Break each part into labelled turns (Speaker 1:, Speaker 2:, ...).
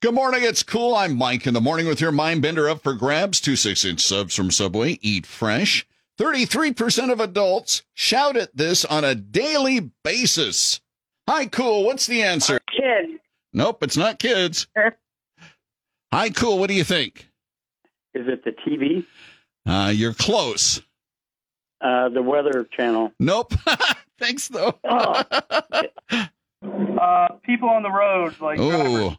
Speaker 1: Good morning. It's cool. I'm Mike in the morning with your mind bender up for grabs. Two six inch subs from Subway. Eat fresh. 33% of adults shout at this on a daily basis. Hi, cool. What's the answer?
Speaker 2: Kids.
Speaker 1: Nope, it's not kids. Hi, cool. What do you think?
Speaker 2: Is it the TV?
Speaker 1: Uh, you're close.
Speaker 2: Uh, the Weather Channel.
Speaker 1: Nope. Thanks, though.
Speaker 2: Oh,
Speaker 3: Uh, people on the road, like drivers.
Speaker 1: Oh,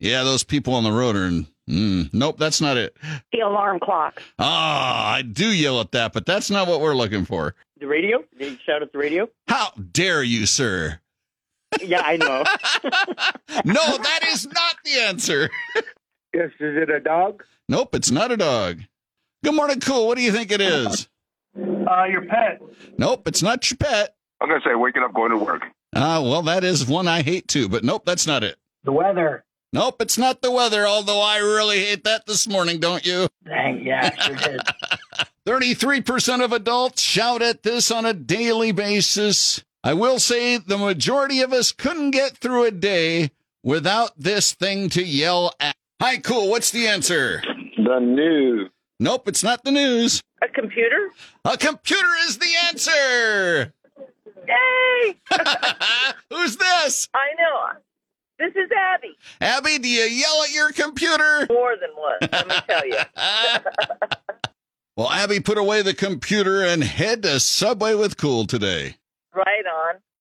Speaker 1: yeah, those people on the road are. Mm, nope, that's not it.
Speaker 4: The alarm clock.
Speaker 1: Ah, I do yell at that, but that's not what we're looking for.
Speaker 2: the radio? They shout at the radio?
Speaker 1: How dare you, sir?
Speaker 2: Yeah, I know.
Speaker 1: No, that is not the answer.
Speaker 5: Yes, is it a dog?
Speaker 1: Nope, it's not a dog. Good morning, cool. What do you think it is?
Speaker 3: uh, your pet.
Speaker 1: Nope, it's not your pet.
Speaker 6: I'm gonna say waking up, going to work.
Speaker 1: Ah, well, that is one I hate too, but nope, that's not it.
Speaker 5: The weather.
Speaker 1: Nope, it's not the weather, although I really hate that this morning, don't you?
Speaker 5: Dang, yeah, sure did.
Speaker 1: 33% of adults shout at this on a daily basis. I will say the majority of us couldn't get through a day without this thing to yell at. Hi, cool. What's the answer?
Speaker 6: The news.
Speaker 1: Nope, it's not the news.
Speaker 4: A computer?
Speaker 1: A computer is the answer.
Speaker 4: Yay!
Speaker 1: Who's this?
Speaker 4: I know. This is Abby.
Speaker 1: Abby, do you yell at your computer?
Speaker 4: More than one, let me tell you.
Speaker 1: well, Abby put away the computer and head to Subway with Cool today.
Speaker 4: Right on.